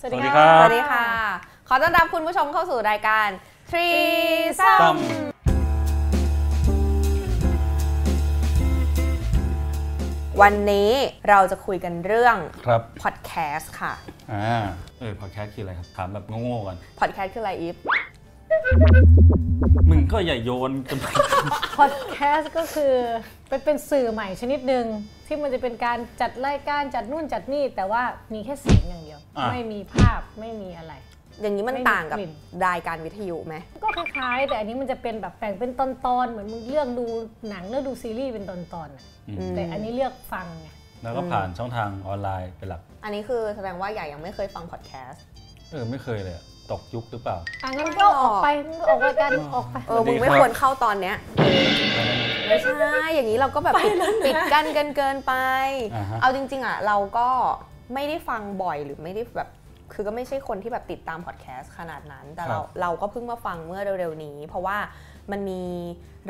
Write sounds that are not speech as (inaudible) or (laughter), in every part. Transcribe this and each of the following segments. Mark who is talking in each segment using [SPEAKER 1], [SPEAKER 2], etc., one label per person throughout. [SPEAKER 1] สวัสดี
[SPEAKER 2] สวัสดีครับ
[SPEAKER 1] ค่ะ
[SPEAKER 3] สวัสดีค่ะ ขอต้อนรับคุณผู้ชมเข้าสู่รายการทรีซั
[SPEAKER 2] ตั้
[SPEAKER 3] ม
[SPEAKER 2] ม
[SPEAKER 3] วันนี้เราจะคุยกันเรื่อง
[SPEAKER 2] ครับ
[SPEAKER 3] พอดแคสต์ค่ะ
[SPEAKER 2] อ่าเออพอดแคสต์คืออะไรครับถามแบบโง่ๆกัน
[SPEAKER 3] พอดแคสต์คืออะไรอีฟ
[SPEAKER 2] มึงก็อย่าโยนกันไป
[SPEAKER 1] พอดแคสต์ก็คือเป็นเป็นสื่อใหม่ชนิดหนึ่งที่มันจะเป็นการจัดรายการจัดนู่นจัดนี่ แต่ว่ามีแค่เสียงอย่างเดียว
[SPEAKER 2] อ่ะ
[SPEAKER 1] ไม่มีภาพไม่มีอะไร
[SPEAKER 3] อย่างนี้มัน
[SPEAKER 1] ไม่มี
[SPEAKER 3] ต่างกับ
[SPEAKER 1] กลิ่น
[SPEAKER 3] รายการวิทยุไหม
[SPEAKER 1] ก็คล้ายๆ แต่อันนี้มันจะเป็นแบบแบ่งเป็นตอนๆเหมือนมึงเลือกดูหนังเลือกดูซีรีส์เป็นตอนๆน่ะ
[SPEAKER 2] อืม
[SPEAKER 3] อืม
[SPEAKER 1] แต่อันนี้เลือกฟังไง
[SPEAKER 2] แล้วก็ผ่านช่องทางออนไลน์เป็นหลัก
[SPEAKER 3] อันนี้คือแสดงว่าใหญ่ยังไม่เคยฟังพอดแคสต์
[SPEAKER 2] เออไม่เคยเลยอะตกยุคหรือเปล่า
[SPEAKER 1] อ่ะงั้นก็ออกไปมึงก็ออกรายการออกไป
[SPEAKER 3] เออ มึงไม่
[SPEAKER 2] สวัสดีครับ
[SPEAKER 3] ควรเข้าตอนเนี้ยไม่ใช่ อย่างนี้เราก็แบบปิดปิดกั้นกันเกินไป
[SPEAKER 2] อ่าฮะ
[SPEAKER 3] เอาจริง ๆอ่ะเราก็ไม่ได้ฟังบ่อยหรือไม่ได้แบบ คือก็ไม่ใช่คนที่แบบติดตามพอดแคสต์ขนาดนั้น แต่เรา
[SPEAKER 2] ครับ
[SPEAKER 3] เราก็เพิ่งมาฟังเมื่อเร็วๆนี้ เพราะว่ามันมี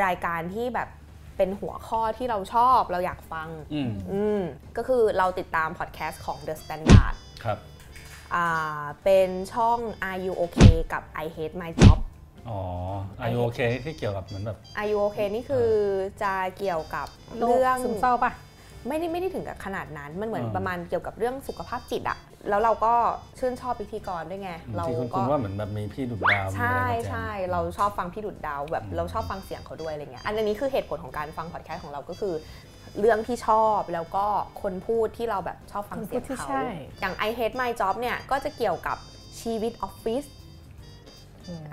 [SPEAKER 3] รายการที่แบบเป็นหัวข้อที่เราชอบเราอยากฟัง
[SPEAKER 2] อืม
[SPEAKER 3] อืมก็คือเราติดตามพอดแคสต์ของ The Standard
[SPEAKER 2] ครับ
[SPEAKER 3] อ่าเป็นช่อง Are You Okay กับ I Hate My Job
[SPEAKER 2] อ๋ออายุโอเคที่เกี่ยวกับเหมือนแบบ
[SPEAKER 3] Are You Okay นี่คือจะเกี่ยวกับ
[SPEAKER 1] โรค
[SPEAKER 3] เรื่อง
[SPEAKER 1] ซึมเศร้าปะ
[SPEAKER 3] ไม่ได้ไม่ได้ถึงกับขนาดนั้น มันเหมือน
[SPEAKER 2] อ่า
[SPEAKER 3] ประมาณเกี่ยวกับเรื่องสุขภาพจิตอะแล้วเราก็ชื่นชอบพิธีกรด้วยไง เรา
[SPEAKER 2] ที่คุณ
[SPEAKER 3] ก็
[SPEAKER 2] คุณว่าเหมือนแบบมีพี่ดุดดาวมีอะ
[SPEAKER 3] ใช่
[SPEAKER 2] ไรมาแจม
[SPEAKER 3] ใช่เราชอบฟังพี่ดุดดาวแบบ
[SPEAKER 2] อืม
[SPEAKER 3] เราชอบฟังเสียงเขาด้วยอะไรเงี้ยอันนี้คือเหตุผลของการฟังพอดแคสต์ของเราก็คือ เรื่องที่ชอบแล้วก็คนพูดที่เราแบบชอบฟังเสีย
[SPEAKER 1] ค
[SPEAKER 3] ง
[SPEAKER 1] นพูดที่
[SPEAKER 3] เขา
[SPEAKER 1] ใช่
[SPEAKER 3] อย่าง I Hate My Job เนี่ยก็จะเกี่ยวกับชีวิตออฟฟิศ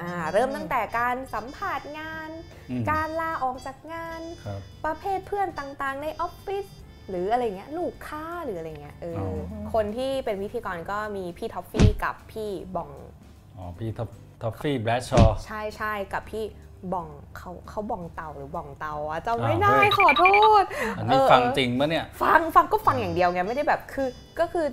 [SPEAKER 3] อ่าเริ่มตั้งแต่การสัมผัสงาน
[SPEAKER 2] อืม
[SPEAKER 3] การลาออกจากงาน
[SPEAKER 2] ครับ
[SPEAKER 3] ประเภทเพื่อนต่างๆ ในออฟฟิศหรืออะไรเงี้ยลูกค้าหรืออะไรเงี้ยเออ
[SPEAKER 2] อ
[SPEAKER 3] อคนที่เป็นพิธีกรก็มีพี่ท็อฟฟี่กับพี่บอง
[SPEAKER 2] อ๋อพี่ท็อปท็อฟฟี่แบรดชอ
[SPEAKER 3] ใช่ใช่กับพี่บองเขาเขาบองเตาหรือบองเตาอะจำ
[SPEAKER 2] อ้าว
[SPEAKER 3] ไม่ได้
[SPEAKER 2] เฮ้ย
[SPEAKER 3] ขอโทษ
[SPEAKER 2] อันนี้
[SPEAKER 3] เออ
[SPEAKER 2] ฟังจริงปะเนี่ย
[SPEAKER 3] ฟังฟังก็ฟังอย่างเดียวไงไม่ได้แบบคือก็คือ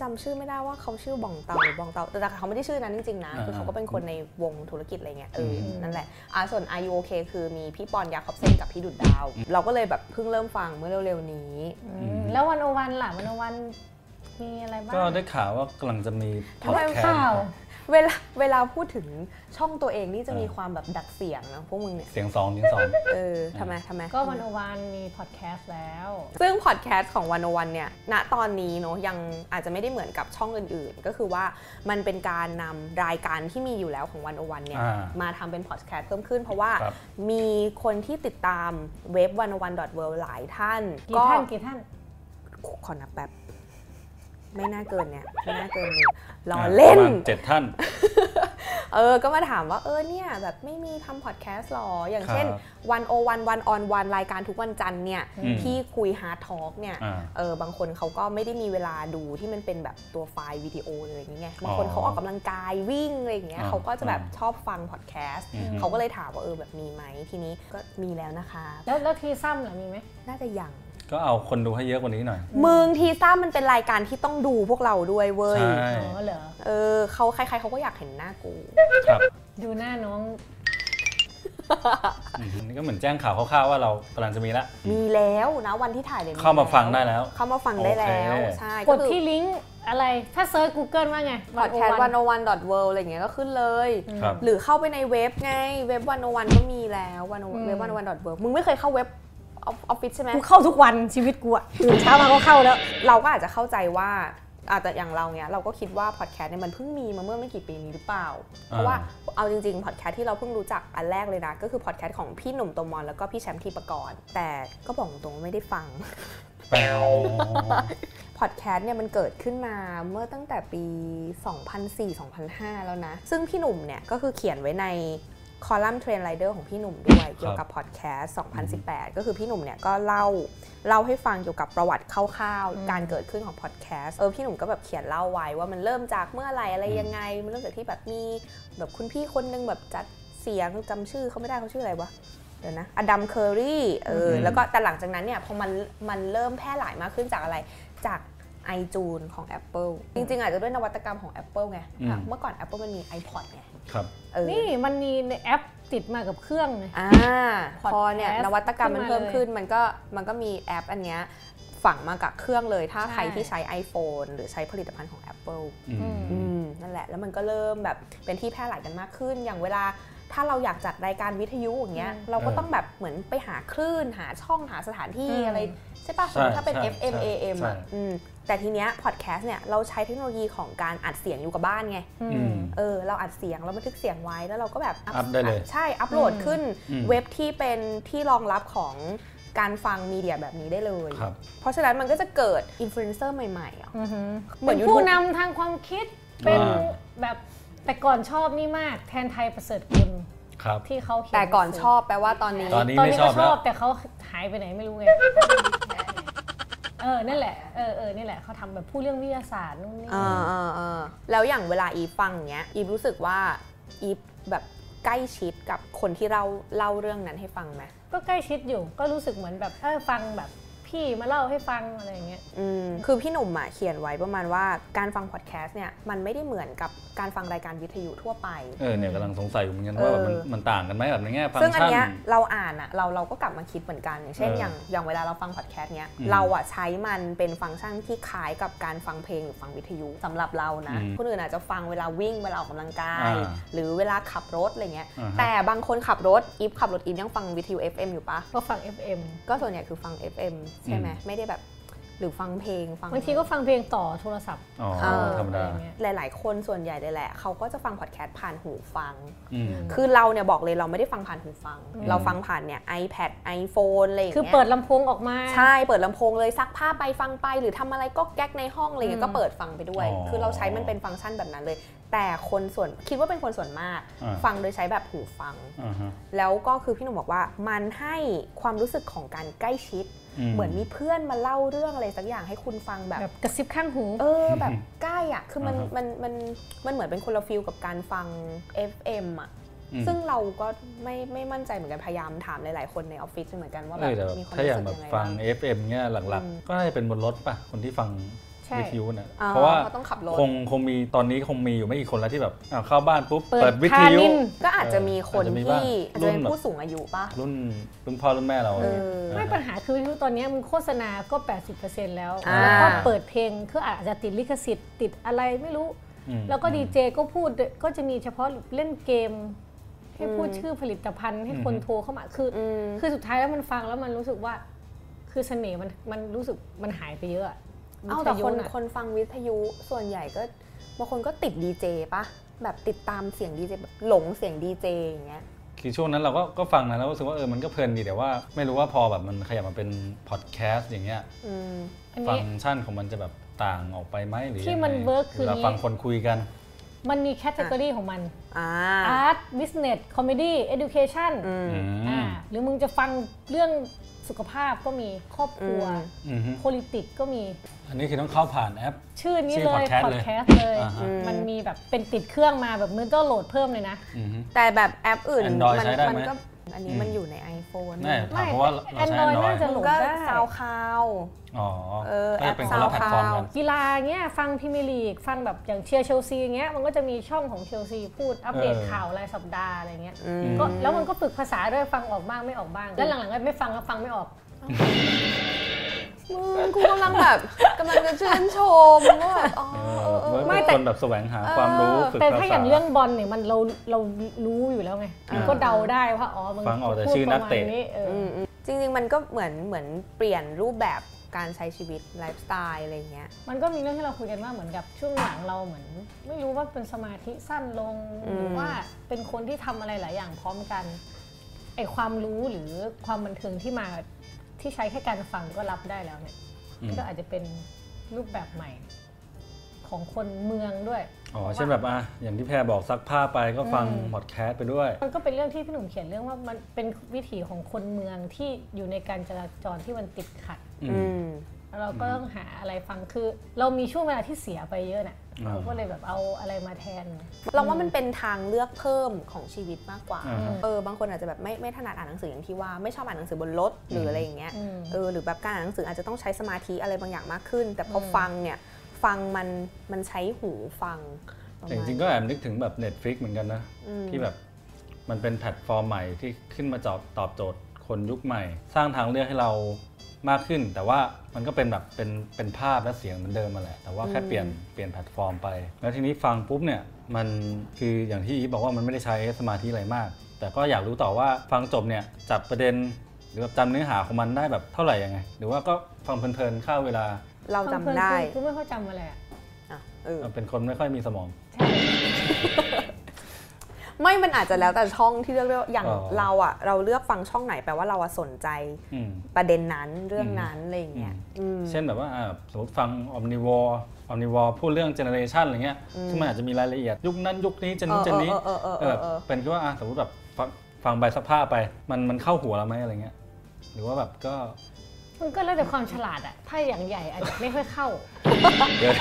[SPEAKER 3] จำชื่อไม่ได้ว่าเขาชื่อบองเตาหรือบองเตาแต่แต่เขาไม่ได้ชื่อนั้นจริงๆนะ
[SPEAKER 2] อ่า
[SPEAKER 3] คือเขาก็เป็นคนในวงธุรกิจอะไรเงี้ยเอออ
[SPEAKER 2] ม
[SPEAKER 3] นั่นแหละอ่าส่วน i u ok คือมีพี่ปอนยาคอบเซนกับพี่ดุดดาว เราก็เลยแบบเพิ่งเริ่มฟังเมื่อเร็วๆนี้
[SPEAKER 1] อืมแล้ววันโอวันล่ะวันโอวันมีอะไรบ้าง
[SPEAKER 2] ก็ได้ข่าวว่ากำลังจะมีพอด
[SPEAKER 1] ทำไม
[SPEAKER 2] แคส
[SPEAKER 1] ข่า
[SPEAKER 2] ต์
[SPEAKER 1] ว
[SPEAKER 3] เวลาเวลาพูดถึงช่องตัวเองนี่จะมีความแบบดักเสียงนะพวกมึงเนี่ย
[SPEAKER 2] เสียงสองเสียงสอง
[SPEAKER 3] เออทำไมทำไม
[SPEAKER 1] ก็วันโอวันมีพอดแคสต์แล้ว
[SPEAKER 3] ซึ่งพอดแคสต์ของวันวันเนี่ย ณ ตอนนี้เนาะยังอาจจะไม่ได้เหมือนกับช่องอื่นๆ ก็คือว่ามันเป็นการนำรายการที่มีอยู่แล้วของวันวันเนี่ย
[SPEAKER 2] อ่า
[SPEAKER 3] มาทำเป็นพอดแคสต์เพิ่มขึ้น เพราะว่า
[SPEAKER 2] ครับ
[SPEAKER 3] มีคนที่ติดตามเว็บวันวันดอทเวหลายท่าน
[SPEAKER 1] กี่ท่านกี่ท่าน
[SPEAKER 3] ขอนับแป๊บไม่น่าเกินเนี่ยไม่น่าเกินมือล้อ
[SPEAKER 2] อ่ะ
[SPEAKER 3] เล่
[SPEAKER 2] ป
[SPEAKER 3] น
[SPEAKER 2] ระมาณเจ็ดท่าน
[SPEAKER 3] เออ ก็มาถามว่า เออ เนี่ย แบบไม่มีทำพอดแคสต์หรอ อย่างเช่น
[SPEAKER 2] ครับ
[SPEAKER 3] วันโอวันวันออนวันรายการทุกวันจันทร์เนี่ย
[SPEAKER 2] อืม
[SPEAKER 3] ที่คุยฮาร์ดทอล์กเนี่ย
[SPEAKER 2] อ่า
[SPEAKER 3] เออ บางคนเขาก็ไม่ได้มีเวลาดูที่มันเป็นแบบตัวไฟล์วิดีโอเลยอย่างเงี้ย บางคนเขาออกกำลังกายวิ่งอะไรอย่างเงี้ย
[SPEAKER 2] อ่า
[SPEAKER 3] เขาก็จะแบบ
[SPEAKER 2] อ่า
[SPEAKER 3] ชอบฟังพอดแคสต์
[SPEAKER 2] อือฮึ
[SPEAKER 3] เขาก็เลยถามว่า เออ แบบมีไหม ทีนี้ก็มีแล้วนะคะ
[SPEAKER 1] แล้วแล้วทีซ้ำล่ะมีไหม
[SPEAKER 3] น่าจะยัง
[SPEAKER 2] ก็เอาคนดูให้เยอะกว่านี้หน่อย
[SPEAKER 3] มึงทีซ่ามันเป็นรายการที่ต้องดูพวกเราด้วยเว้ย
[SPEAKER 2] ใช่
[SPEAKER 1] อ๋อเหรอ
[SPEAKER 3] เออเขาใครๆเขาก็อยากเห็นหน้ากู
[SPEAKER 2] ครับ
[SPEAKER 1] ดูหน้าน้อง
[SPEAKER 2] อืมนี่ก็เหมือนแจ้งข่าวคร่าวๆว่าเรากำลังจะมีละ
[SPEAKER 3] มีแล้วนะวันที่ถ่ายเนี่ย
[SPEAKER 2] เข้ามาฟังได้แล้ว
[SPEAKER 3] เข้ามาฟังได้แล้ว
[SPEAKER 2] โอเค
[SPEAKER 3] ใช่
[SPEAKER 1] ก
[SPEAKER 3] ก็
[SPEAKER 1] ด
[SPEAKER 3] คือ
[SPEAKER 1] ที่ลิงก์อะไร ถ้าเซิร์ช Google ว่าไง
[SPEAKER 3] พอดแคสต์วันโอวันดอทเวอะไรอย่างเงี้ยก็ขึ้นเลย
[SPEAKER 1] อืม
[SPEAKER 2] ครับ
[SPEAKER 3] หรือเข้าไปในเว็บไงเว็บวันโอวันก็มีแล้ววัน
[SPEAKER 1] อืม
[SPEAKER 3] เว็บวันโอวันดอทเวมึงไม่เคยเข้าเว็บออฟฟิศใช่ไหม
[SPEAKER 1] กูเข้าทุกวันชีวิตกูอะตื่นเช้ามาก็เข้าแล้ว
[SPEAKER 3] เราก็อาจจะเข้าใจว่าอาจจะแต่อย่างเราเนี้ยเราก็คิดว่าพอดแคสต์เนี่ยมันเพิ่งมีมาเมื่อไม่กี่ปีนี้หรือเปล่า เพราะว่าเอาจริงๆพอดแคสต์ที่เราเพิ่งรู้จักอันแรกเลยนะก็คือพอดแคสต์ของพี่หนุ่มโตมอนแล้วก็พี่แชมป์ทีปกรณ์แต่ก็บอกตรงๆว่าไม่ได้ฟัง
[SPEAKER 2] แปลว
[SPEAKER 3] พอดแคสต์เนี่ยมันเกิดขึ้นมาเมื่อตั้งแต่ปี 2004-2005 แล้วนะ ซึ่งพี่หนุ่มเนี่ยก็คือเขียนไว้ในคอลัมน์เทรนไรเดอร์ของพี่หนุ่มด้วย เกี่ยวกับพอดแคสต์ 2018 ก็คือพี่หนุ่มเนี่ยก็เล่าเล่าให้ฟังเกี่ยวกับประวัติคร่าว
[SPEAKER 1] อืม
[SPEAKER 3] ๆ การเกิดขึ้นของพอดแคสต์ เออพี่หนุ่มก็แบบเขียนเล่าไว้ว่ามันเริ่มจากเมื่อไหร่อะไรยังไง มันเริ่มจากที่แบบมีแบบคุณพี่คนนึงแบบจัดเสียงจำชื่อเขาไม่ได้เขาชื่ออะไรวะ เดี๋ยวนะ อดัม เคอรี่ เออ แล้วก็แต่หลังจากนั้นเนี่ยพอมันมันเริ่มแพร่หลายมากขึ้นจากอะไร จาก iTunes ของ Apple จริงๆ อาจจะด้วยนวัตกรรมของ Apple ไง เมื่อก่อน Apple มันมี iPod ไง
[SPEAKER 2] ครับ
[SPEAKER 3] เออ
[SPEAKER 1] นี่มันมีในแอปติดมากับเครื่องไง
[SPEAKER 3] อ่า
[SPEAKER 1] Podcast
[SPEAKER 3] พอเนี่ย นวัตกรรมมันเพิ่ม
[SPEAKER 1] ขึ้นมาเลย
[SPEAKER 3] ขึ้น มันก็มันก็มีแอปอันเนี้ยฝังมากับเครื่องเลย ถ้า
[SPEAKER 1] ใช่
[SPEAKER 3] ใครที่ใช้ iPhone หรือใช้ผลิตภัณฑ์ของ Apple
[SPEAKER 2] อืม
[SPEAKER 3] อืม ละ แล้วมันก็เริ่มแบบเป็นที่แพร่หลายกันมากขึ้น อย่างเวลาถ้าเราอยากจัดรายการวิทยุอย่างเงี้ย
[SPEAKER 1] อืม
[SPEAKER 3] เราก็
[SPEAKER 4] เออ
[SPEAKER 3] ต้องแบบเหมือนไปหาคลื่น หาช่องหาสถานที่
[SPEAKER 1] อืม
[SPEAKER 3] อะไรใช่ปะ
[SPEAKER 2] ใช่
[SPEAKER 3] สมมติถ้าเป็น
[SPEAKER 4] ใช่
[SPEAKER 3] FM
[SPEAKER 4] ใช่
[SPEAKER 3] AM อ่ะอืมแต่ทีเนี้ยพอดแคสต์เนี่ยเราใช้เทคโนโลยีของการอัดเสียงอยู่กับบ้านไง
[SPEAKER 1] อื
[SPEAKER 2] อื
[SPEAKER 1] ม
[SPEAKER 2] ม
[SPEAKER 3] เออเราอัดเสียงเราบันทึกเสียงไว้แล้วเราก็แบบ
[SPEAKER 4] อัพได้เลย
[SPEAKER 3] ใช่อัพโหลด
[SPEAKER 1] อืม
[SPEAKER 3] ขึ้น
[SPEAKER 2] อืม
[SPEAKER 3] เว็บที่เป็นที่รองรับของการฟังมีเดียแบบนี้ได้เลย
[SPEAKER 4] ครับ
[SPEAKER 3] เพราะฉะนั้นมันก็จะเกิดอินฟลูเอนเซอร์ใหม่ๆอ่ะ
[SPEAKER 1] อือหือ
[SPEAKER 3] เหมื
[SPEAKER 1] เป็
[SPEAKER 3] อน
[SPEAKER 1] น
[SPEAKER 3] YouTube
[SPEAKER 1] ผู้นำทางความคิดเป็น
[SPEAKER 2] อ่า
[SPEAKER 1] แบบแต่ก่อนชอบนี่มากแทนไทยประเสริฐกุล
[SPEAKER 4] ครับ
[SPEAKER 1] ที่เขาเขียน
[SPEAKER 3] แต่ก่อนชอบแปลว่าตอนนี้
[SPEAKER 4] ตอนนี้
[SPEAKER 1] ตอน
[SPEAKER 4] ไม่
[SPEAKER 1] นี้
[SPEAKER 4] ชอ
[SPEAKER 1] ก็
[SPEAKER 4] บ
[SPEAKER 1] ช
[SPEAKER 4] แล้
[SPEAKER 1] อ
[SPEAKER 4] ว
[SPEAKER 1] บแต่เขาหายไปไหนไม่รู้
[SPEAKER 3] (laughs)
[SPEAKER 1] ไงเออนั่นแหละเออเออนี่แหละเขาทำแบบพูดเรื่องวิทยาศาสตร์นู่นนี่
[SPEAKER 3] เออเออเออแล้วอย่างเวลาอีฟฟังเนี้ยอีฟรู้สึกว่าอีฟแบบใกล้ชิดกับคนที่เราเล่าเรื่องนั้นให้ฟังไหม
[SPEAKER 1] ก็ใกล้ชิดอยู่ก็รู้สึกเหมือนแบบเออฟังแบบพี่มาเล่าให้ฟังอะไรอย่างเงี้ย
[SPEAKER 3] อืมคือพี่หนุ่มอ่ะเขียนไว้ประมาณว่าการฟังพอดแคสต์เนี่ยมันไม่ได้เหมือนกับการฟังรายการวิทยุทั่วไป
[SPEAKER 4] เออเนี่ยกำลังสงสัยอยู่เหมือนกันว่าแบบมัน
[SPEAKER 3] เออ
[SPEAKER 4] มันต่างกันไหมแบบในแง่ฟัง
[SPEAKER 3] ซึ่ง
[SPEAKER 4] ก์
[SPEAKER 3] อัน
[SPEAKER 4] ชัน
[SPEAKER 3] เนี้ยเราอ่านอะเราเราก็กลับมาคิดเหมือนกันอย่างเช่น
[SPEAKER 4] เออ
[SPEAKER 3] อ
[SPEAKER 4] อย่าง
[SPEAKER 3] อย่างเวลาเราฟังพอดแคสต์เนี้ย
[SPEAKER 4] อืม
[SPEAKER 3] เราอะใช้มันเป็นฟังก์ชันที่คล้ายกับการฟังเพลงหรือฟังวิทยุสำหรับเรานะ
[SPEAKER 4] อืม
[SPEAKER 3] คนอื่นอาจจะฟังเวลาวิ่งเวลาออกกำลังกาย
[SPEAKER 4] อ่า
[SPEAKER 3] หรือเวลาขับรถอะไรเงี้ย
[SPEAKER 4] อ่าฮะ
[SPEAKER 3] แต่บางคนขับรถอีฟขับรถอีฟยังฟังวิทยุ FM อยู่ปะ
[SPEAKER 1] ก็ฟัง FM
[SPEAKER 3] ก็ส่วนใหญ่คือฟัง FM ใช่ไหมไม่ได้แบบหรือฟังเพลงฟัง
[SPEAKER 1] บางทีก็ฟังเพลงต่อโทรศัพท์
[SPEAKER 4] อ๋อ
[SPEAKER 3] เออ
[SPEAKER 4] ธรรมดา
[SPEAKER 1] อะไรอย่งเงี้ย
[SPEAKER 3] หลาย ๆ คนส่วนใหญ่เลยแหละเขาก็จะฟังพอดแคสต์ผ่านหูฟัง
[SPEAKER 4] อืม
[SPEAKER 3] คือเราเนี่ยบอกเลยเราไม่ได้ฟังผ่านหูฟัง
[SPEAKER 1] อืม
[SPEAKER 3] เราฟังผ่านเนี่ย iPad iPhone อะไรอย่าง
[SPEAKER 1] คือ
[SPEAKER 3] เงี้ย
[SPEAKER 1] เปิดลำโพงออกมา
[SPEAKER 3] ใช่เปิดลำโพงเลยซักผ้าไปฟังไป หรือทำอะไรก็แก๊กในห้องอะไรเงี้
[SPEAKER 1] อื
[SPEAKER 3] ย
[SPEAKER 1] ม
[SPEAKER 3] ก็เปิดฟังไปด้วย
[SPEAKER 4] อ๋อ
[SPEAKER 3] คือเราใช้มันเป็นฟังก์ชันแบบนั้นเลย แต่คนส่วนคิดว่าเป็นคนส่วนมาก
[SPEAKER 4] อ่า
[SPEAKER 3] ฟังโดยใช้แบบหูฟัง
[SPEAKER 4] อ่าฮะ
[SPEAKER 3] แล้วก็คือพี่หนุ่มบอกว่ามันให้ความรู้สึกของการใกล้ชิด เหมือนมีเพื่อนมาเล่าเรื่องอะไรสักอย่างให้คุณฟังแบบ
[SPEAKER 1] แบบกระซิบข้างหู
[SPEAKER 3] เออแบบใกล้อ่ะคือมัน
[SPEAKER 4] อ่าฮะ
[SPEAKER 3] มันมันมันเหมือนเป็นคนละฟิลกับการฟัง FM อ่ะ
[SPEAKER 4] อืม
[SPEAKER 3] ซึ่งเราก็ไม่ไม่มั่นใจเหมือนกันพยายามถามหลาย ๆ คนในออฟฟิศเหมือนกันว่าแบ
[SPEAKER 4] เอบ อแต่แบบ
[SPEAKER 3] มีความ
[SPEAKER 4] ถ้าอ
[SPEAKER 3] รู้
[SPEAKER 4] ย่าง
[SPEAKER 3] สึก
[SPEAKER 4] แบบ
[SPEAKER 3] ยังไง
[SPEAKER 4] ฟั
[SPEAKER 3] บ้าง ง
[SPEAKER 4] FM เนี่ยหลัก
[SPEAKER 3] อืม
[SPEAKER 4] ๆ ก็น่าจะเป็นบนรถป่ะ คนที่ฟัง
[SPEAKER 1] ใช่
[SPEAKER 4] วิทยุน่ะ
[SPEAKER 3] อ๋อ
[SPEAKER 4] เพราะว่า
[SPEAKER 3] เขาต้องขับรถ
[SPEAKER 4] คงคงมีตอนนี้คงมีอยู่ไม่กี่คนแล้วที่แบบอ้าวเข้าบ้านปุ๊บ
[SPEAKER 1] เปิด
[SPEAKER 4] เปิดวิท
[SPEAKER 1] คา
[SPEAKER 4] ยุ
[SPEAKER 1] นิน
[SPEAKER 3] ก็อาจจะมีคน
[SPEAKER 4] อาจจะมีบ้าง
[SPEAKER 3] ที่อาจจะเป็
[SPEAKER 4] รุ่
[SPEAKER 3] น
[SPEAKER 4] นแบบ
[SPEAKER 3] ผู้สูงอายุป่ะ
[SPEAKER 4] รุ่นรุ่นพ่อรุ่นแม่เรา
[SPEAKER 3] เออ
[SPEAKER 1] ไม่ปัญหาคือวิทยุตอนเนี้ยมันโฆษณาก็ 80%แล้ว
[SPEAKER 3] อ่า
[SPEAKER 1] แล้วก็เปิดเพลงคืออาจจะติดลิขสิทธิ์ติดอะไรไม่รู้
[SPEAKER 4] อืม
[SPEAKER 1] แล้วก็ดีเจก็พูดก็จะมีเฉพาะเล่นเกม ให้พูดชื่อผลิตภัณฑ์ให้คน
[SPEAKER 4] อืม
[SPEAKER 1] โทรเข้ามาคืออ
[SPEAKER 3] อืม
[SPEAKER 1] คือสุดท้ายแล้วมันฟังแล้วมันรู้สึกว่า คือเสน่ห์มันมันรู้สึกมันหายไปเยอะะ
[SPEAKER 3] เอาแต่
[SPEAKER 1] วิท
[SPEAKER 3] ค
[SPEAKER 1] ยุ
[SPEAKER 3] น
[SPEAKER 1] อะ
[SPEAKER 3] คนฟังวิทยุส่วนใหญ่ก็บางคนก็ติดดีเจป่ะ แบบติดตามเสียงดีเจแบบหลงเสียงดีเจอย่างเงี้ย
[SPEAKER 4] คือช่วงนั้นเราก็ก็ฟังนะแล้วรู้สึกว่าเออมันก็เพลินดีแต่ว่า ไม่รู้ว่าพอแบบมันขยับมาเป็นพอดแคสต์อย่างเงี้ย
[SPEAKER 3] อืม
[SPEAKER 1] อัน
[SPEAKER 4] ฟั
[SPEAKER 1] นี้
[SPEAKER 4] งก์ชันของมันจะแบบต่างออกไปไหมหรือ
[SPEAKER 1] ที่มัน
[SPEAKER 4] ยังไง
[SPEAKER 1] work คือ
[SPEAKER 4] เรา
[SPEAKER 1] นี้
[SPEAKER 4] ฟังคนคุยกัน
[SPEAKER 1] มันมีแคตตา o r y ของมัน
[SPEAKER 3] อ่า
[SPEAKER 1] art business comedy education
[SPEAKER 3] อืม
[SPEAKER 4] อื
[SPEAKER 1] อ่ามหรือมึงจะฟังเรื่องสุขภาพก็มีครอบครัว
[SPEAKER 3] อืม
[SPEAKER 4] อืมฮึ
[SPEAKER 1] politics ก็มี
[SPEAKER 4] อันนี้คือต้องเข้าผ่านแอป
[SPEAKER 1] ชื่อนี้
[SPEAKER 4] ชื่
[SPEAKER 1] เล
[SPEAKER 4] อย podcast เลย
[SPEAKER 1] podcast เลย
[SPEAKER 4] อ่าฮะ
[SPEAKER 1] มันมีแบบเป็นติดเครื่องมาแบบมึงต้องโหลดเพิ่มเลยนะ
[SPEAKER 4] อืมฮึ
[SPEAKER 3] แต่แบบแอปอื่น
[SPEAKER 4] Android
[SPEAKER 3] มั
[SPEAKER 4] ใช้ได้ไหม
[SPEAKER 3] มัก็อันนี้มันอยู่ใน iPhone
[SPEAKER 4] แน่
[SPEAKER 1] ไม่
[SPEAKER 4] ถามเพราะว่าเราใช้
[SPEAKER 1] Android น่า
[SPEAKER 4] Android
[SPEAKER 1] จะ
[SPEAKER 3] มันก็
[SPEAKER 1] โหลดได้
[SPEAKER 3] ซาวคลาว
[SPEAKER 4] อ๋อ
[SPEAKER 3] เออ
[SPEAKER 4] ก็จะเป็นคนละ
[SPEAKER 3] แอ
[SPEAKER 4] แพล
[SPEAKER 3] ป
[SPEAKER 4] ตฟอร์มกัน
[SPEAKER 3] SoundCloud
[SPEAKER 1] กีฬาเงี้ยฟังพรีเมียร์ลีกฟังแบบอย่างเชียร์เชลซีอย่างเงี้ยมันก็จะมีช่องของเชลซีพูดอัปเดต
[SPEAKER 4] เออ
[SPEAKER 1] ข่าวรายสัปดาห์อะไรเงี้ย
[SPEAKER 3] อืม
[SPEAKER 1] ก็แล้วมันก็ฝึกภาษาด้วยฟังออกบ้างไม่ออกบ้าง แล้วหลังๆก็ไม่ฟังแล้วฟังไม่ออก
[SPEAKER 3] มึงกูกำลังแบบ
[SPEAKER 4] (laughs)
[SPEAKER 3] กำลังจะชื่นชมว่าแบบอ๋อ
[SPEAKER 4] เอ
[SPEAKER 3] เอ
[SPEAKER 4] อ
[SPEAKER 3] อเออ
[SPEAKER 1] ไม่
[SPEAKER 4] ไม่
[SPEAKER 1] แต่
[SPEAKER 4] แต่คนแบบแสวงหาความรู้ฝึก
[SPEAKER 1] แต่
[SPEAKER 4] ภา
[SPEAKER 1] ถ้าอย่า
[SPEAKER 4] ษา
[SPEAKER 1] งเรื่องบอลเนี่ยมันเราเรารู้อยู่แล้วไงมันก็เดาได้ว่าอ๋อมึง
[SPEAKER 4] ฟังออกแต่
[SPEAKER 1] พูด
[SPEAKER 4] ชื่อนักเตะ
[SPEAKER 1] ปรมาณนี้เอออ
[SPEAKER 3] จริง ๆ มันก็เหมือนเหมือนเปลี่ยนรูปแบบการใช้ชีวิตไลฟ์สไตล์อะไรเงี้ย
[SPEAKER 1] มันก็มีเรื่องที่เราคุยกันว่าเหมือนกับช่วงหลังเราเหมือน ไม่รู้ว่าเป็นสมาธิสั้นลง
[SPEAKER 3] อืม
[SPEAKER 1] หรือว่าเป็นคนที่ทำอะไรหลายอย่างพร้อมกันไอความรู้หรือความบันเทิงที่มาที่ใช้แค่การฟังก็รับได้แล้วเนี่ย
[SPEAKER 4] อืม
[SPEAKER 1] ก็อาจจะเป็นรูปแบบใหม่ ของคนเมืองด้วย
[SPEAKER 4] อ๋อเช่นแบบอ่ะอย่างที่แพรบอกซักผ้าไปก็ฟังพอดแคสต์ไปด้วย
[SPEAKER 1] มันก็เป็นเรื่องที่พี่หนุ่มเขียนเรื่องว่ามันเป็นวิถีของคนเมืองที่อยู่ในการจราจรที่มันติดขัด
[SPEAKER 4] อืม
[SPEAKER 3] ม
[SPEAKER 1] เราก็ต้องหาอะไรฟังคือ เรามีช่วงเวลาที่เสียไปเยอะน่ะ
[SPEAKER 4] อ่า
[SPEAKER 1] เราก็เลยแบบเอาอะไรมาแทน
[SPEAKER 3] เราว่ามันเป็นทางเลือกเพิ่มของชีวิตมากกว่า
[SPEAKER 4] อ่าฮะ
[SPEAKER 3] เออบางคนอาจจะแบบไม่ไม่ถนัดอ่านหนังสืออย่างที่ว่าไม่ชอบอ่านหนังสือบนรถหรืออะไรอย่างเงี้ย
[SPEAKER 1] อืม
[SPEAKER 3] เออหรือแบบการอ่านหนังสืออาจจะต้องใช้สมาธิอะไรบางอย่างมากขึ้น แต่พออฟังเนี่ยฟังมันมันใช้หูฟังประ
[SPEAKER 4] แต่จ
[SPEAKER 3] มาณ
[SPEAKER 4] ริงๆก็แอบนึกถึงแบบ Netflix เหมือนกันนะ
[SPEAKER 3] อืม
[SPEAKER 4] ที่แบบมันเป็นแพลตฟอร์มใหม่ที่ขึ้นมาตอบตอบโจทย์ค คนยุคใหม่ สร้างทางเลือกให้เรามากขึ้น แต่ว่ามันก็เป็นแบบเป็นเป็นภาพและเสียงเหมือนเดิมมาแหละแต่ว่าแค่เปลี่ยนเปลี่ยนแพลตฟอร์มไป แล้วทีนี้ฟังปุ๊บเนี่ยมันคืออย่างที่อีฟบอกว่ามันไม่ได้ใช้สมาธิอะไรมาก แต่ก็อยากรู้ต่อว่าฟังจบเนี่ยจับประเด็น หรือแบบจำเนื้อหาของมันได้แบบเท่าไหร่ยังไง หรือว่าก็ฟังเพลินๆเข้าเวลา
[SPEAKER 3] เราจำได้
[SPEAKER 1] คือคือไม่ค่อยจำอะไรอะ
[SPEAKER 3] อ่ะเออ
[SPEAKER 4] เป็นคนไม่ค่อยมีสมอง
[SPEAKER 1] ใช่
[SPEAKER 3] ไม่มันอาจจะแล้วแต่ช่องที่เลือกด้วยอย่าง
[SPEAKER 4] อ๋อ
[SPEAKER 3] เราอะเราเลือกฟังช่องไหนแปลว่าเราอะสนใจ
[SPEAKER 4] อืม
[SPEAKER 3] ประเด็นนั้นเรื่องนั้นอะไรอย่างเงี้ยอืม
[SPEAKER 4] เช่นแบบว่าอ่าสมมติฟัง omnivore omnivore พูดเรื่อง generation อะไรเงี้ยซึ่งมันอาจจะมีรายละเอียด ยุคนั้นยุคนี้เจนนู้นเจนนี้
[SPEAKER 3] เออเออเออเออ
[SPEAKER 4] เออ
[SPEAKER 3] เออเออ
[SPEAKER 4] เป็นก็ว่าอ่ะสมมติแบบฟังฟังใบสักผ้าไป มันมันเข้าหัวเราไหมอะไรเงี้ยหรือว่าแบบก็
[SPEAKER 1] มันก็แล้วแต่ความฉลาดอะถ้าอย่างใหญ่อาจจะไม่ค่อยเข้า
[SPEAKER 4] เดี๋ยว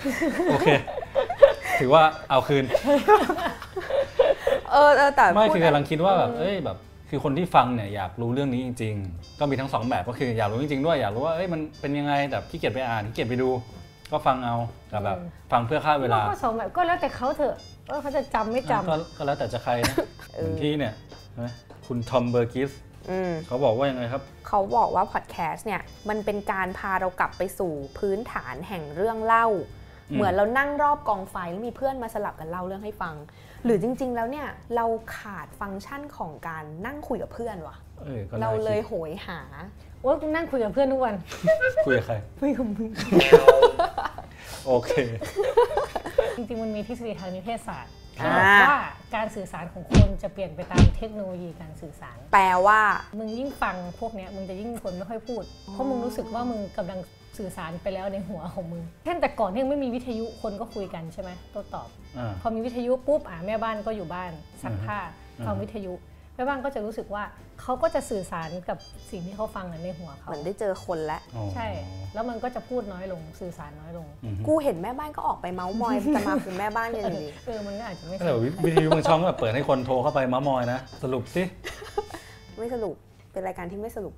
[SPEAKER 4] (laughs) โอเค ถือว่าเอาคืน
[SPEAKER 3] เออเออแต่
[SPEAKER 4] ไม่
[SPEAKER 3] พูด
[SPEAKER 4] คือกำลังคิดว่าแบบเอ้ยแบบ คือคนที่ฟังเนี่ยอยากรู้เรื่องนี้จริง ๆ ก็มีทั้งสองแบบก็คืออยากรู้จริงๆด้วยอยากรู้ว่าเอ้ยมันเป็นยังไงแต่ขี้เกียจไปอ่านขี้เกียจไปดู ก็ฟังเอาแต่แบบ
[SPEAKER 1] อืม
[SPEAKER 4] ฟังเพื่อฆ่าเวลา
[SPEAKER 1] ก็สองแบบก็แล้วแต่เขาเถอะว่าเขาจะจำไม่จำ
[SPEAKER 4] อ่ะก็ก็แล้วแต่จะใครนะ
[SPEAKER 3] เออ
[SPEAKER 4] เหมือนที่เนี่ยใช่ไหมคุณทอมเบอร์กิส
[SPEAKER 3] อืม
[SPEAKER 4] เขาบอกว่ายังไงครับ
[SPEAKER 3] เขาบอกว่าพอดแคสต์เนี่ยมันเป็นการพาเรากลับไปสู่พื้นฐานแห่งเรื่องเล่า
[SPEAKER 4] อืม
[SPEAKER 3] เหมือนเรานั่งรอบกองไฟแล้วมีเพื่อนมาสลับกันเล่าเรื่องให้ฟัง หรือจริง ๆ แล้วเนี่ยเราขาดฟังก์ชันของการนั่งคุยกับเพื่อนว่ะ
[SPEAKER 4] เออก็น่
[SPEAKER 3] เราเลย
[SPEAKER 4] คิ
[SPEAKER 3] โหยหา
[SPEAKER 1] โอ๊ยกูนั่งคุยกับเพื่อนทุกวัน
[SPEAKER 4] ดคุยกับใคร
[SPEAKER 1] คุยกับมึง
[SPEAKER 4] โอเค
[SPEAKER 1] จริงๆ มันมีทฤษฎีทางนิเทศศาสตร์
[SPEAKER 4] อ่า
[SPEAKER 1] ว่าการสื่อสารของคนจะเปลี่ยนไปตามเทคโนโลยีการสื่อสาร
[SPEAKER 3] แปลว่า
[SPEAKER 1] มึงยิ่งฟังพวกเนี้ยมึงจะยิ่งเป็นคนไม่ค่อยพูด เพราะมึงรู้สึกว่ามึงกำลังสื่อสารไปแล้วในหัวของมึงเช่นแต่ก่อนที่ยังไม่มีวิทยุคนก็คุยกันใช่ไหมโตัวตอบ
[SPEAKER 4] อ่า
[SPEAKER 1] พอมีวิทยุปุ๊บอ่ะแม่บ้านก็อยู่บ้านซักผ้า
[SPEAKER 4] อือฮึ
[SPEAKER 1] ฟังวิทยุแม่บ้านก็จะรู้สึกว่าเขาก็จะสื่อสารกับสิ่งที่เขาฟังอะในหัวเขา
[SPEAKER 3] เหมือนได้เจอคนแล้ว
[SPEAKER 4] อ๋อ
[SPEAKER 1] ใช่ แล้วมันก็จะพูดน้อยลงสื่อสารน้อยลง
[SPEAKER 4] อืม
[SPEAKER 3] กูเห็นแม่บ้านก็ออกไปเมาส์มอย จะมาคือแม่บ้านกันอยู่ดี
[SPEAKER 1] เออมันก็อาจจะไม่ใช่
[SPEAKER 4] แต่วิวิทยุบางช่องก็แบบเปิดให้คนโทรเข้าไปมามอยนะ สรุปสิ
[SPEAKER 3] ไม่สรุป เป็นรายการที่ไม่สรุป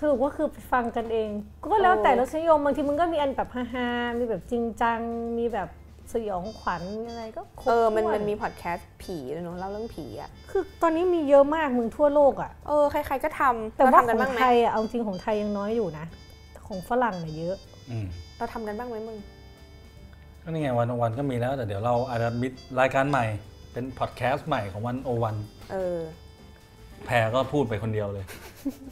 [SPEAKER 1] สรุปก็คือไปฟังกันเอง ก็แล้ว
[SPEAKER 3] โอ้
[SPEAKER 1] แต่รสนิยมบางทีมันก็มีอันแบบฮาๆมีแบบจริงจัง มีแบบสยองขวัญมีอะไรก็ครบ
[SPEAKER 3] เออ มัน
[SPEAKER 1] ถ้ว
[SPEAKER 3] มันมีพอดแคสต์ผีด้วยเนาะเล่าเรื่องผีอ่ะ
[SPEAKER 1] คือตอนนี้มีเยอะมากมึงทั่วโลกอะ่ะ
[SPEAKER 3] เออ ใคร ๆ ก็ทำ
[SPEAKER 1] แต่
[SPEAKER 3] เรา
[SPEAKER 1] ว่า
[SPEAKER 3] ทำ
[SPEAKER 1] ข
[SPEAKER 3] กัน
[SPEAKER 1] อง
[SPEAKER 3] บ้างไหม
[SPEAKER 1] ไทยอะเอาจริงของไทยยังน้อยอยู่นะ ของฝรั่งเนี่ยเยอะ
[SPEAKER 4] อืม
[SPEAKER 3] เราทำกันบ้างไหมมึง
[SPEAKER 4] ก็นี่ไงวันโอวันก็มีแล้วแต่เดี๋ยวเราอาจจะมิดรายการใหม่ เป็นพอดแคสต์ใหม่ของวันโอวัน
[SPEAKER 3] เออ
[SPEAKER 4] แพรก็พูดไปคนเดียวเลย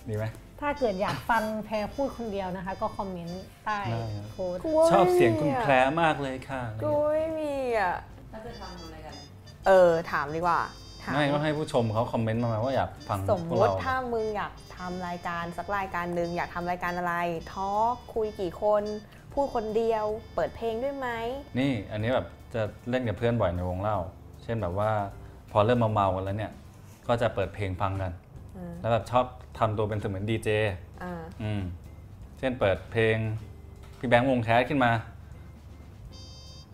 [SPEAKER 4] ดีไหม
[SPEAKER 1] ถ้าเกิดอยากฟังแพรพูดคนเดียวนะคะ ก็คอมเมนต์ใต้
[SPEAKER 4] ได้ครับ
[SPEAKER 1] โพสต์
[SPEAKER 4] ชอบเสียงคุณแพรมากเลยค่ะอะไร
[SPEAKER 3] กู
[SPEAKER 4] เงี้ย
[SPEAKER 3] ไม่มีอ่ะ
[SPEAKER 5] แล้วจะทำอะไรกัน
[SPEAKER 3] เออ ถามดีกว่าถาม
[SPEAKER 4] ไม่ก็ให้ผู้ชมเขาคอมเมนต์มาว่าอยากฟัง
[SPEAKER 3] สม
[SPEAKER 4] พว
[SPEAKER 3] ม
[SPEAKER 4] กเรา
[SPEAKER 3] ติถ้ามึงอยากทำรายการสักรายการหนึ่งอยากทำรายการอะไร ทอล์กคุยกี่คน พูดคนเดียว เปิดเพลงด้วยไหม
[SPEAKER 4] นี่อันนี้แบบจะเล่นกับเพื่อนบ่อยในวงเล่า เช่นแบบว่าพอเริ่มเมาๆกันแล้วเนี่ย ก็จะเปิดเพลงฟังกัน
[SPEAKER 3] อืม
[SPEAKER 4] แล้วแบบชอบทำตัวเป็นเสมือนดีเจ
[SPEAKER 3] อ่า
[SPEAKER 4] อืมเช่นเปิดเพลงพี่แบงค์วงแคสขึ้นมา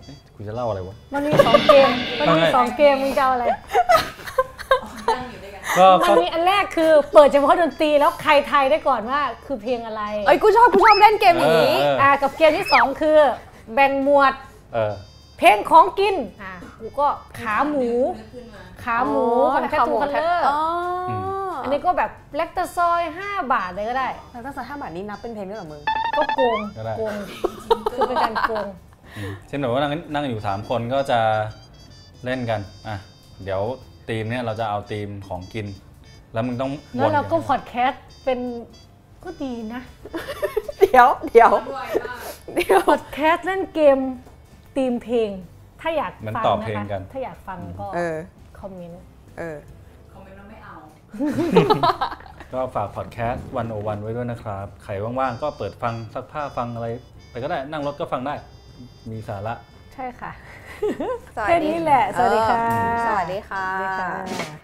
[SPEAKER 4] เอ๊ะกูจะเล่าอะไรวะ
[SPEAKER 1] มันมีสองเกม มันมี
[SPEAKER 4] ได้
[SPEAKER 1] สองเกมมึงจะเอาอะไร
[SPEAKER 5] นั่งอยู่ด้วยกัน
[SPEAKER 4] ก็
[SPEAKER 1] มั
[SPEAKER 4] ก็
[SPEAKER 1] นมีอันแรกคือเปิดเฉพาะดนตรีแล้วใครทายได้ก่อนว่าคือเพลงอะไร
[SPEAKER 3] เอ้ย กูชอบ กูชอบเล่นเกมอย่างนี้
[SPEAKER 4] เออ
[SPEAKER 1] อ่ากับเกมที่ 2 คือ แบ่งหมวด
[SPEAKER 4] เออ
[SPEAKER 1] เพลงของกินอ่ากูก็ขาหมู
[SPEAKER 5] นึกขึ้นมา
[SPEAKER 1] ขาหมูของแคทตูคัลเลอร์
[SPEAKER 3] อ๋อ
[SPEAKER 1] อั
[SPEAKER 3] อั
[SPEAKER 1] น
[SPEAKER 3] น
[SPEAKER 1] นี้
[SPEAKER 3] นี้
[SPEAKER 1] ก็แบบเลกเตอร์ซอย 5 บาทเลยก็ได้
[SPEAKER 3] แล้วถ้าสักห้าบาทนี้นับเป็นเพลงด้วยเหรอมึง
[SPEAKER 1] ก็โกง
[SPEAKER 4] ก็ได้
[SPEAKER 1] โก (laughs) งคือเป็นการโกง
[SPEAKER 4] อืมเช่นแบบว่านั่งนั่งอยู่สามคนก็จะเล่นกันอ่ะเดี๋ยวทีมเนี่ยเราจะเอาทีมของกิน แล้วมึงต้องบ่น
[SPEAKER 1] แล้วเราก็
[SPEAKER 4] อย่ง
[SPEAKER 1] พอดแคสต์เป็นก็ดีนะ
[SPEAKER 3] เดี๋ยว เดี๋ยว
[SPEAKER 5] ด้วยมาก
[SPEAKER 3] เดี๋ยว
[SPEAKER 1] พอดแคสต์เล่นเกมตีมเพลง ถ้าอยาก
[SPEAKER 4] เหมือน
[SPEAKER 1] ฟัง
[SPEAKER 4] ต่อเพลง
[SPEAKER 1] นะ
[SPEAKER 4] กั
[SPEAKER 1] คะ
[SPEAKER 4] น
[SPEAKER 1] ถ้าอยากฟังก็
[SPEAKER 3] เออ
[SPEAKER 1] คอมเมนต์
[SPEAKER 3] เออ
[SPEAKER 5] คอมเมนต์เราไม่เอา
[SPEAKER 4] ก็ฝากพอดแคสต์วันโอวันไว้ด้วยนะครับ ใครว่างๆ ก็เปิดฟังซักผ้าฟังอะไร ไปก็ได้นั่งรถก็ฟังได้ มีสาระ
[SPEAKER 1] ใช่ค่ะ
[SPEAKER 3] สวัส
[SPEAKER 1] แค่
[SPEAKER 3] ดี
[SPEAKER 1] นี้แหละ สวัสดีค่ะ
[SPEAKER 3] สวัสดีค่ะ
[SPEAKER 1] สวัสดีค่ะ